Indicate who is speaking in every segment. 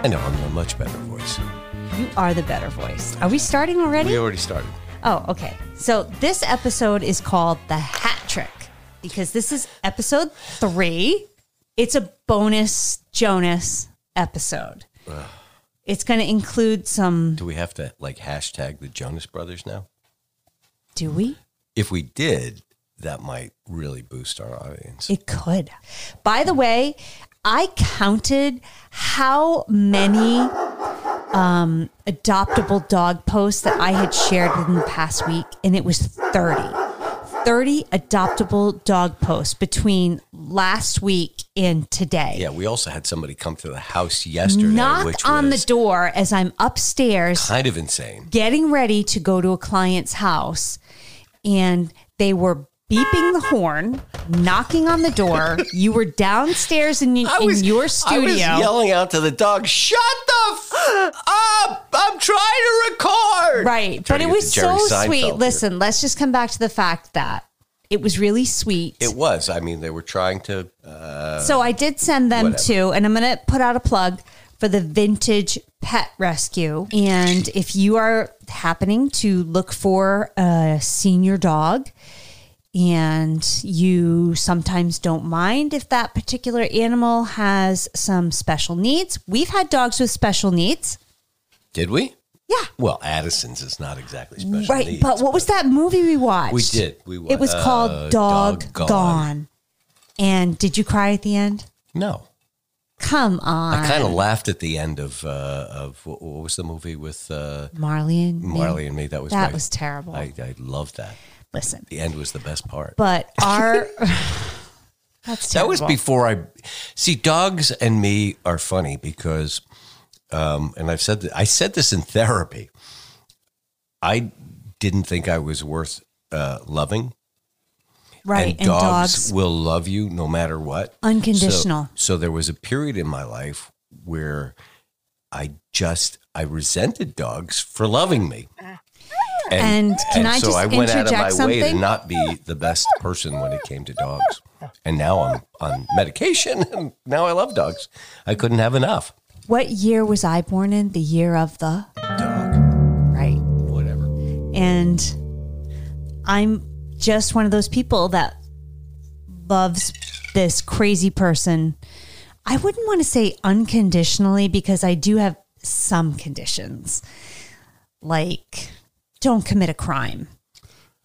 Speaker 1: I know, I'm a much better voice.
Speaker 2: You are the better voice. Are we starting already?
Speaker 1: We already started.
Speaker 2: Oh, okay. So this episode is called The Hat Trick because this is episode three. It's a bonus Jonas episode. It's going to include some.
Speaker 1: Do we have to like hashtag the Jonas Brothers now?
Speaker 2: Do we?
Speaker 1: If we did, that might really boost our audience.
Speaker 2: It could. By the way, I counted how many um, adoptable dog posts that I had shared in the past week, and it was 30. 30 adoptable dog posts between last week and today.
Speaker 1: yeah, we also had somebody come to the house yesterday, which
Speaker 2: Knock on the
Speaker 1: was
Speaker 2: door as I'm upstairs
Speaker 1: kind of insane.
Speaker 2: getting ready to go to a client's house and they were beeping the horn, knocking on the door. you were downstairs in, in your
Speaker 1: I was
Speaker 2: studio.
Speaker 1: yelling out to the dog, "Shut the f- up! I'm trying to record."
Speaker 2: right.
Speaker 1: Trying
Speaker 2: But
Speaker 1: to
Speaker 2: it
Speaker 1: get
Speaker 2: was
Speaker 1: the Jerry
Speaker 2: so sweet.
Speaker 1: Seinfeld here.
Speaker 2: Listen, let's just come back to the fact that it was really sweet.
Speaker 1: It was. I mean, they were trying to. uh,
Speaker 2: so I did send them
Speaker 1: whatever.
Speaker 2: to, and I'm going to put out a plug for the Vintage Pet Rescue. And if you are happening to look for a senior dog, and you sometimes don't mind if that particular animal has some special needs. We've had dogs with special needs.
Speaker 1: Did we?
Speaker 2: Yeah.
Speaker 1: Well, Addison's is not exactly special.
Speaker 2: Right.
Speaker 1: needs.
Speaker 2: But what was that movie we watched?
Speaker 1: we did. We wa-
Speaker 2: It was
Speaker 1: uh,
Speaker 2: called Dog, Gone. And did you cry at the end?
Speaker 1: No,
Speaker 2: Come on.
Speaker 1: I kind of laughed at the end of uh, of what, what was the movie with uh,
Speaker 2: Marley and me.
Speaker 1: Marley and me? That was
Speaker 2: That
Speaker 1: my-
Speaker 2: was terrible.
Speaker 1: I, I loved that.
Speaker 2: Listen.
Speaker 1: The end was the best part.
Speaker 2: But our That's
Speaker 1: that
Speaker 2: terrible.
Speaker 1: was before I see dogs and me are funny because, um, and I've said th- I said this in therapy. I didn't think I was worth uh, loving,
Speaker 2: right
Speaker 1: and, dogs, will love you no matter what.
Speaker 2: Unconditional.
Speaker 1: So, so there was a period in my life where I just I resented dogs for loving me.
Speaker 2: Ah. And can I
Speaker 1: so
Speaker 2: just
Speaker 1: I went out of my
Speaker 2: interject
Speaker 1: way to
Speaker 2: something?
Speaker 1: not be the best person when it came to dogs. And now I'm on medication and now I love dogs. I couldn't have enough.
Speaker 2: What year was I born in? The year of the
Speaker 1: Dog.
Speaker 2: right.
Speaker 1: Whatever.
Speaker 2: And I'm just one of those people that loves this crazy person. I wouldn't want to say unconditionally because I do have some conditions, like don't commit a crime,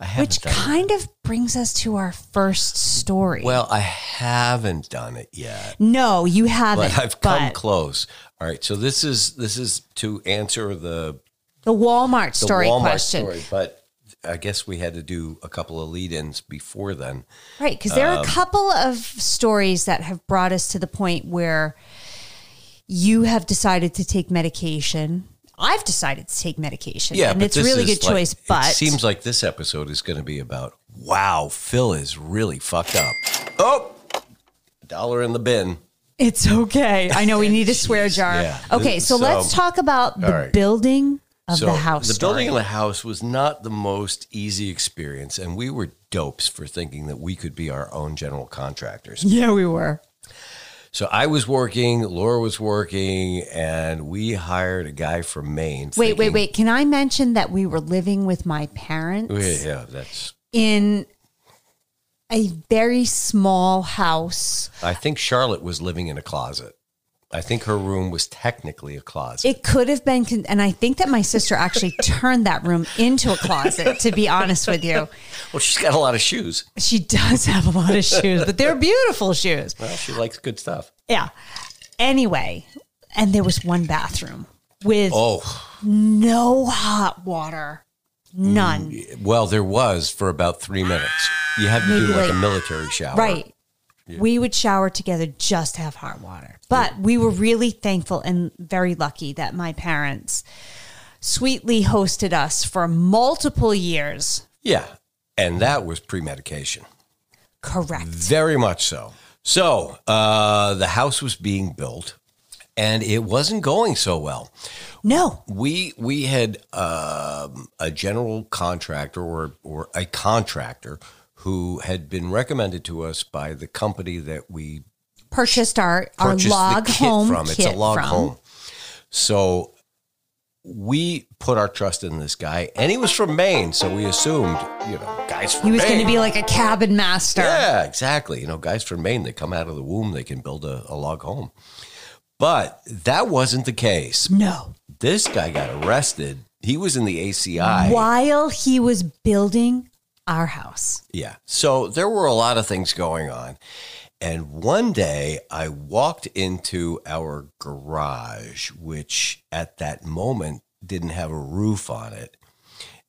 Speaker 1: I haven't
Speaker 2: which
Speaker 1: done it.
Speaker 2: kind of brings us to our first story.
Speaker 1: Well, I haven't done it yet.
Speaker 2: no, you haven't.
Speaker 1: But I've come
Speaker 2: but
Speaker 1: close. All right. So this is this is to answer the
Speaker 2: the Walmart
Speaker 1: the
Speaker 2: story
Speaker 1: Walmart
Speaker 2: question,
Speaker 1: story, but I guess we had to do a couple of lead-ins before then.
Speaker 2: right? Because there are
Speaker 1: Um,
Speaker 2: a couple of stories that have brought us to the point where you have decided to take medication. I've decided to take medication. and
Speaker 1: but
Speaker 2: it's a
Speaker 1: this
Speaker 2: really
Speaker 1: is
Speaker 2: good
Speaker 1: like-
Speaker 2: choice. But
Speaker 1: it seems like this episode is going to be about wow, Phil is really fucked up. Oh, dollar in the bin.
Speaker 2: It's okay. I know we need a swear jar.
Speaker 1: yeah.
Speaker 2: Okay, so,
Speaker 1: So-
Speaker 2: let's talk about the
Speaker 1: all right.
Speaker 2: building of
Speaker 1: so
Speaker 2: the house.
Speaker 1: The building of
Speaker 2: story.
Speaker 1: the house was not the most easy experience, and we were dopes for thinking that we could be our own general contractors.
Speaker 2: Yeah, we were.
Speaker 1: So I was working, Laura was working, and we hired a guy from Maine.
Speaker 2: Wait, wait,
Speaker 1: thinking-
Speaker 2: wait. Can I mention that we were living with my parents
Speaker 1: Yeah, yeah, that's
Speaker 2: in a very small house?
Speaker 1: I think Charlotte was living in a closet. I think her room was technically a closet.
Speaker 2: It could have been, con- and I think that my sister actually turned that room into a closet, to be honest with you.
Speaker 1: well, she's got a lot of shoes.
Speaker 2: She does have a lot of shoes, but they're beautiful shoes.
Speaker 1: Well, she likes good stuff.
Speaker 2: Yeah. Anyway, and there was one bathroom with
Speaker 1: Oh,
Speaker 2: no hot water. None.
Speaker 1: well, there was for about three minutes. You had to do
Speaker 2: Maybe
Speaker 1: like a
Speaker 2: like-
Speaker 1: military shower.
Speaker 2: Right. We would shower together just to have hot water. But we were really thankful and very lucky that my parents sweetly hosted us for multiple years.
Speaker 1: Yeah. And that was pre medication.
Speaker 2: Correct.
Speaker 1: Very much so. So uh, the house was being built and it wasn't going so well.
Speaker 2: No.
Speaker 1: we we had um, a general contractor or or a contractor who had been recommended to us by the company that we
Speaker 2: Purchased our, our
Speaker 1: purchased
Speaker 2: log
Speaker 1: the kit
Speaker 2: home
Speaker 1: from.
Speaker 2: kit
Speaker 1: it's a log
Speaker 2: from.
Speaker 1: home. So we put our trust in this guy, and he was from Maine, so we assumed, you know, guys from
Speaker 2: He was
Speaker 1: Maine.
Speaker 2: going to be like a cabin master.
Speaker 1: Yeah, exactly. You know, guys from Maine, they come out of the womb, they can build a, a log home. But that wasn't the case.
Speaker 2: No.
Speaker 1: This guy got arrested. He was in the ACI.
Speaker 2: While he was building our house.
Speaker 1: Yeah. So there were a lot of things going on. And one day I walked into our garage, which at that moment didn't have a roof on it.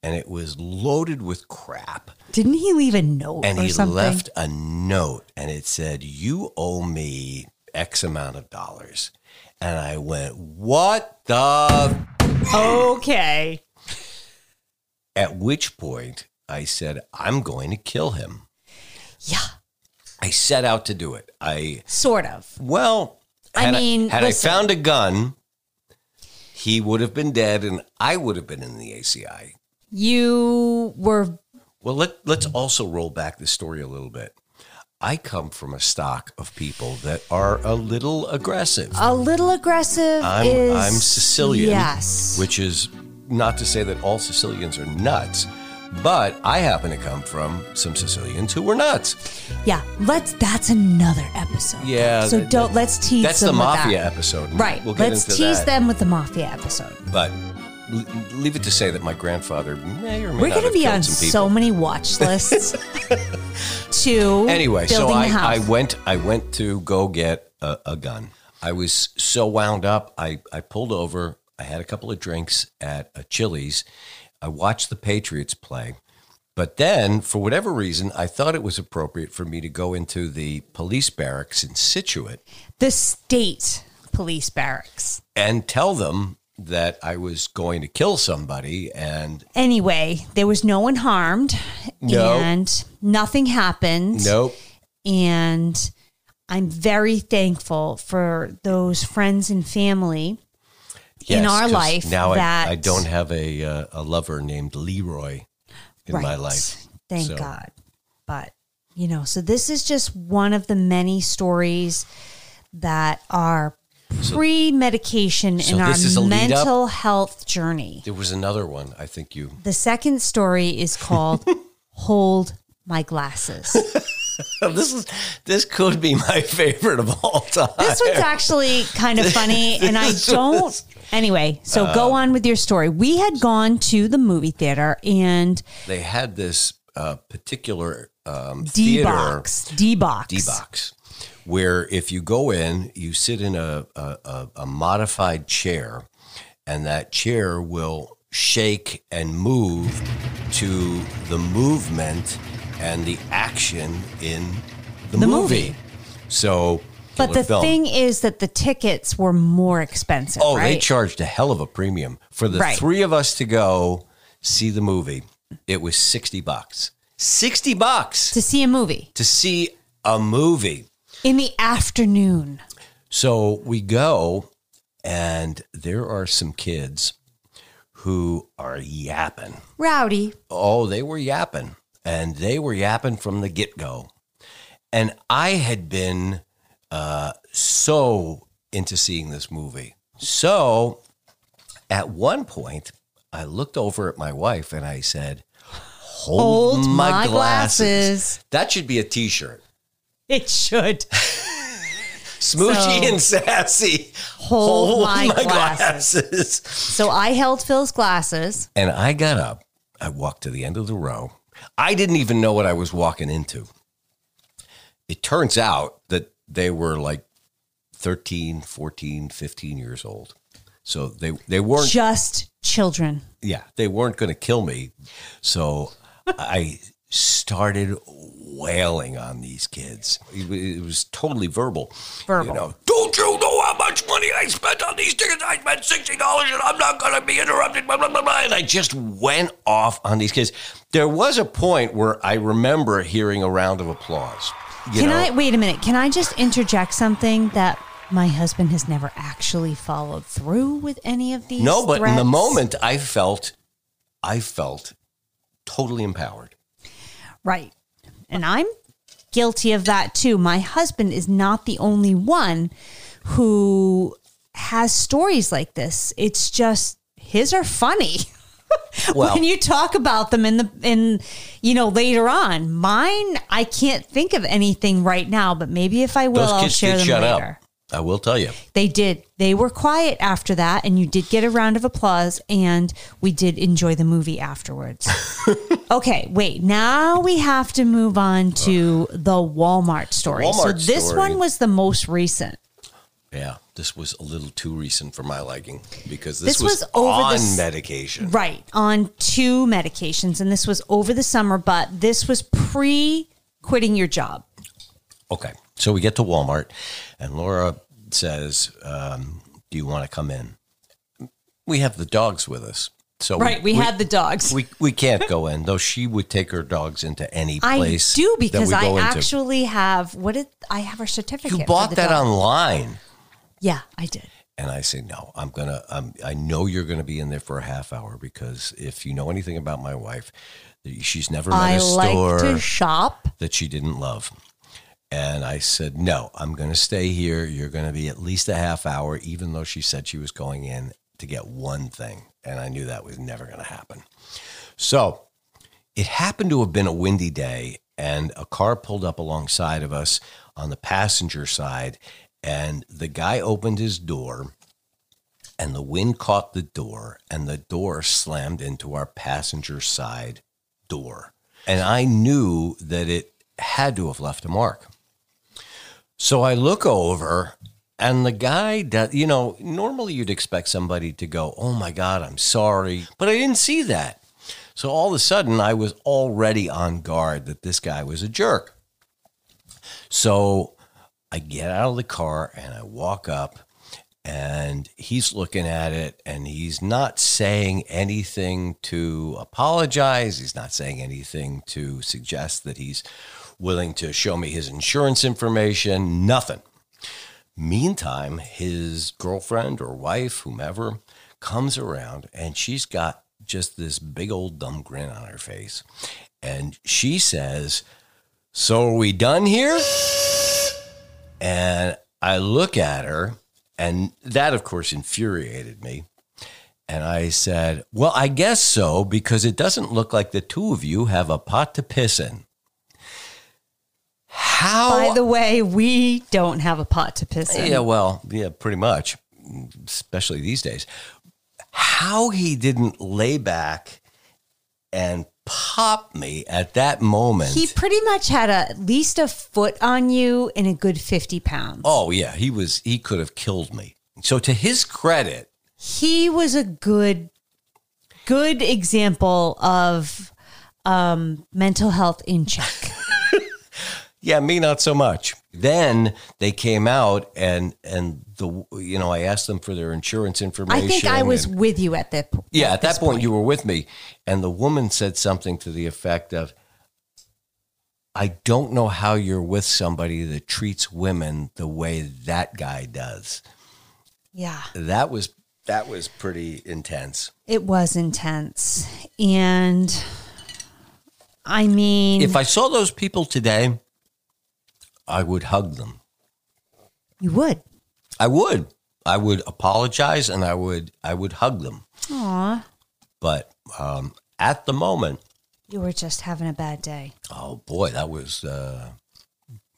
Speaker 1: And it was loaded with crap.
Speaker 2: Didn't he leave a note
Speaker 1: And
Speaker 2: or
Speaker 1: he
Speaker 2: something?
Speaker 1: left a note and it said, You owe me X amount of dollars. And I went, What the?
Speaker 2: Okay.
Speaker 1: At which point I said, I'm going to kill him.
Speaker 2: Yeah.
Speaker 1: I set out to do it. I
Speaker 2: Sort of.
Speaker 1: Well,
Speaker 2: I
Speaker 1: had
Speaker 2: mean,
Speaker 1: had
Speaker 2: listen.
Speaker 1: I found a gun, he would have been dead, and I would have been in the ACI.
Speaker 2: You were
Speaker 1: Well, let let's also roll back the story a little bit. I come from a stock of people that are a little aggressive.
Speaker 2: a little aggressive.
Speaker 1: I'm
Speaker 2: Uh, is-
Speaker 1: I'm Sicilian,
Speaker 2: Yes.
Speaker 1: which is not to say that all Sicilians are nuts, but I happen to come from some Sicilians who were nuts.
Speaker 2: yeah. Let's. That's another episode.
Speaker 1: Yeah,
Speaker 2: So
Speaker 1: that-
Speaker 2: don't.
Speaker 1: that-
Speaker 2: let's tease.
Speaker 1: That's the
Speaker 2: them with
Speaker 1: mafia
Speaker 2: that.
Speaker 1: episode. and
Speaker 2: Right.
Speaker 1: We'll get
Speaker 2: let's
Speaker 1: into
Speaker 2: tease
Speaker 1: that.
Speaker 2: them with the mafia episode.
Speaker 1: But l- leave it to say that my grandfather may or may
Speaker 2: We're
Speaker 1: not
Speaker 2: going to
Speaker 1: have
Speaker 2: be
Speaker 1: killed
Speaker 2: on
Speaker 1: some
Speaker 2: so
Speaker 1: people.
Speaker 2: many watch lists. to
Speaker 1: anyway, so
Speaker 2: building
Speaker 1: I,
Speaker 2: the
Speaker 1: I
Speaker 2: house.
Speaker 1: went I went to go get a, a gun. I was so wound up. I, I pulled over. I had a couple of drinks at a Chili's. I watched the Patriots play. But then, for whatever reason, I thought it was appropriate for me to go into the police barracks in Situate
Speaker 2: the state police barracks.
Speaker 1: and tell them that I was going to kill somebody and
Speaker 2: Anyway, there was no one harmed,
Speaker 1: No.
Speaker 2: and nothing happened.
Speaker 1: nope.
Speaker 2: and I'm very thankful for those friends and family in
Speaker 1: Yes,
Speaker 2: our
Speaker 1: 'cause
Speaker 2: life
Speaker 1: Now
Speaker 2: that-
Speaker 1: I, I don't have a uh, a lover named Leroy in my life.
Speaker 2: Thank
Speaker 1: So-
Speaker 2: God. But, you know, so this is just one of the many stories that are pre-medication
Speaker 1: so
Speaker 2: in our
Speaker 1: this is a lead up?
Speaker 2: mental health journey.
Speaker 1: There was another one. I think you.
Speaker 2: The second story is called Hold My Glasses.
Speaker 1: this is this could be my favorite of all time.
Speaker 2: This one's actually kind of funny, and I don't. Anyway, so go
Speaker 1: Uh,
Speaker 2: on with your story. We had gone to the movie theater and
Speaker 1: they had this uh, particular um,
Speaker 2: D
Speaker 1: theater
Speaker 2: box, D box,
Speaker 1: D box where if you go in, you sit in a, a, a, a modified chair, and that chair will shake and move to the movement and the action in the,
Speaker 2: The
Speaker 1: movie.
Speaker 2: movie.
Speaker 1: So,
Speaker 2: But
Speaker 1: killer
Speaker 2: the
Speaker 1: film.
Speaker 2: thing is that the tickets were more expensive.
Speaker 1: Oh,
Speaker 2: right?
Speaker 1: they charged a hell of a premium for the
Speaker 2: Right.
Speaker 1: three of us to go see the movie. It was 60 bucks. 60 bucks
Speaker 2: to see a movie
Speaker 1: to see a movie.
Speaker 2: in the afternoon.
Speaker 1: So we go and there are some kids who are yapping.
Speaker 2: Rowdy,
Speaker 1: Oh, they were yapping and they were yapping from the get-go. And I had been uh, so into seeing this movie. So at one point, I looked over at my wife and I said, Hold,
Speaker 2: Hold
Speaker 1: my,
Speaker 2: my
Speaker 1: glasses.
Speaker 2: glasses.
Speaker 1: That should be a t shirt.
Speaker 2: it should
Speaker 1: Smoochy
Speaker 2: So-
Speaker 1: and sassy.
Speaker 2: hold, my, glasses.
Speaker 1: glasses.
Speaker 2: So I held Phil's glasses.
Speaker 1: And I got up. I walked to the end of the row. I didn't even know what I was walking into. It turns out that they were like 13, 14, 15 years old. So they, they weren't
Speaker 2: Just children.
Speaker 1: yeah, they weren't going to kill me. So I started wailing on these kids. It wa- it was totally verbal.
Speaker 2: Verbal.
Speaker 1: You know, don't you know how much money I spent on these tickets? I spent $60 and I'm not going to be interrupted, blah, blah, blah, blah. And I just went off on these kids. There was a point where I remember hearing a round of applause. You
Speaker 2: Can
Speaker 1: know,
Speaker 2: I wait a minute? Can I just interject something that my husband has never actually followed through with any of these?
Speaker 1: no, but in the
Speaker 2: threats?
Speaker 1: moment I felt, I felt totally empowered.
Speaker 2: right? And I'm guilty of that too. My husband is not the only one who has stories like this. It's just his are funny.
Speaker 1: Well-
Speaker 2: when you talk about them in the in you know later on, mine I can't think of anything right now, but maybe if I will,
Speaker 1: Those
Speaker 2: I'll
Speaker 1: kids
Speaker 2: share
Speaker 1: did
Speaker 2: them
Speaker 1: shut
Speaker 2: later.
Speaker 1: up. I will tell you.
Speaker 2: They did. They were quiet after that, and you did get a round of applause, and we did enjoy the movie afterwards. okay, wait. Now we have to move on to the Walmart story. so
Speaker 1: Walmart
Speaker 2: this
Speaker 1: story.
Speaker 2: one was the most recent.
Speaker 1: Yeah, this was a little too recent for my liking because this,
Speaker 2: This
Speaker 1: was,
Speaker 2: was over
Speaker 1: on
Speaker 2: the s-
Speaker 1: medication.
Speaker 2: Right, on two medications, and this was over the summer, but this was pre quitting your job.
Speaker 1: Okay, so we get to Walmart, and Laura says, um, "Do you want to come in?" We have the dogs with us, so
Speaker 2: Right, we, had the dogs.
Speaker 1: we we can't go in. Though she would take her dogs into any
Speaker 2: I
Speaker 1: place.
Speaker 2: do because
Speaker 1: that we
Speaker 2: I
Speaker 1: go into.
Speaker 2: actually have what did I have her certificate?
Speaker 1: you
Speaker 2: for
Speaker 1: bought
Speaker 2: the
Speaker 1: that
Speaker 2: dog.
Speaker 1: online.
Speaker 2: Yeah, I did.
Speaker 1: And I say, no, I'm going to, um, I know you're going to be in there for a half hour because if you know anything about my wife, she's never met
Speaker 2: I
Speaker 1: a store
Speaker 2: like to shop.
Speaker 1: that she didn't love. And I said, no, I'm going to stay here. You're going to be at least a half hour, even though she said she was going in to get one thing. And I knew that was never going to happen. So it happened to have been a windy day, and a car pulled up alongside of us on the passenger side. And the guy opened his door, and the wind caught the door, and the door slammed into our passenger side door. And I knew that it had to have left a mark. So I look over, and the guy, does, you know, normally you'd expect somebody to go, Oh my God, I'm sorry. But I didn't see that. So all of a sudden, I was already on guard that this guy was a jerk. So I get out of the car and I walk up, and he's looking at it and he's not saying anything to apologize. He's not saying anything to suggest that he's willing to show me his insurance information, nothing. Meantime, his girlfriend or wife, whomever, comes around and she's got just this big old dumb grin on her face. And she says, So are we done here? And I look at her, and that, of course, infuriated me. And I said, Well, I guess so, because it doesn't look like the two of you have a pot to piss in. How
Speaker 2: By the way, we don't have a pot to piss in.
Speaker 1: Oh. yeah, well, yeah, pretty much, especially these days. How he didn't lay back and pop me at that moment.
Speaker 2: He pretty much had a, at least a foot on you and a good 50 pounds.
Speaker 1: oh, yeah, he was, he could have killed me. So, to his credit,
Speaker 2: He was a good, good example of um, mental health in check.
Speaker 1: yeah, me not so much. Then they came out and, and the, you know, I asked them for their insurance
Speaker 2: I
Speaker 1: information.
Speaker 2: think I was
Speaker 1: and-
Speaker 2: with you at that point.
Speaker 1: yeah, at that point, you were with me. And the woman said something to the effect of, I don't know how you're with somebody that treats women the way that guy does.
Speaker 2: Yeah.
Speaker 1: That was that was pretty intense.
Speaker 2: It was intense. And I mean,
Speaker 1: If I saw those people today, I would hug them.
Speaker 2: you would.
Speaker 1: I would. I would apologize and I would I would hug them.
Speaker 2: Aw,
Speaker 1: But um, at the moment,
Speaker 2: you were just having a bad day.
Speaker 1: oh boy, that was uh,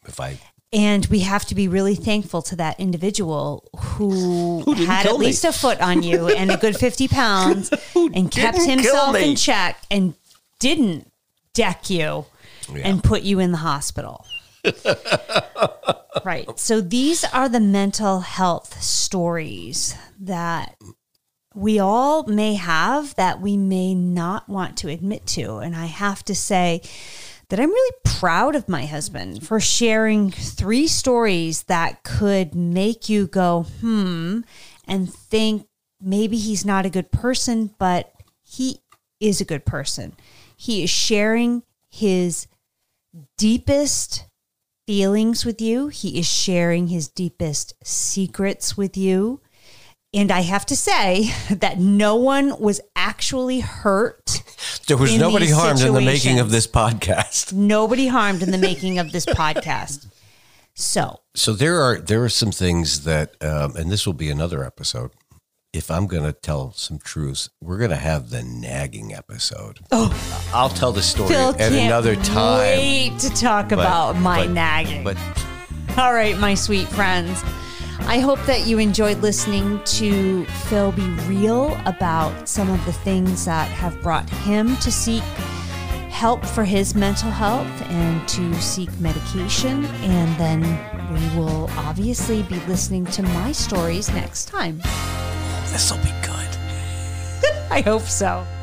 Speaker 1: if I
Speaker 2: And we have to be really thankful to that individual who,
Speaker 1: didn't
Speaker 2: had at
Speaker 1: kill me.
Speaker 2: least a foot on you and a good 50 pounds and kept
Speaker 1: didn't kill
Speaker 2: himself
Speaker 1: me.
Speaker 2: in check and didn't deck you and put you in the hospital. right. So these are the mental health stories that we all may have that we may not want to admit to. And I have to say that I'm really proud of my husband for sharing three stories that could make you go, hmm, and think maybe he's not a good person, but he is a good person. He is sharing his deepest feelings with you, he is sharing his deepest secrets with you. And I have to say that no one was actually hurt.
Speaker 1: there was
Speaker 2: In
Speaker 1: nobody
Speaker 2: these
Speaker 1: harmed in the making of
Speaker 2: situations.
Speaker 1: this podcast.
Speaker 2: Nobody harmed in the making of this podcast. So,
Speaker 1: So there are there are some things that, um, and this will be another episode. If I'm going to tell some truths, we're going to have the nagging episode. Oh, I'll tell the story
Speaker 2: Phil
Speaker 1: at
Speaker 2: can't
Speaker 1: another time.
Speaker 2: wait to talk
Speaker 1: but-
Speaker 2: about my
Speaker 1: but-
Speaker 2: nagging.
Speaker 1: But
Speaker 2: All right, my sweet friends. I hope that you enjoyed listening to Phil be real about some of the things that have brought him to seek help for his mental health and to seek medication. And then we will obviously be listening to my stories next time.
Speaker 1: this will be good.
Speaker 2: I hope so.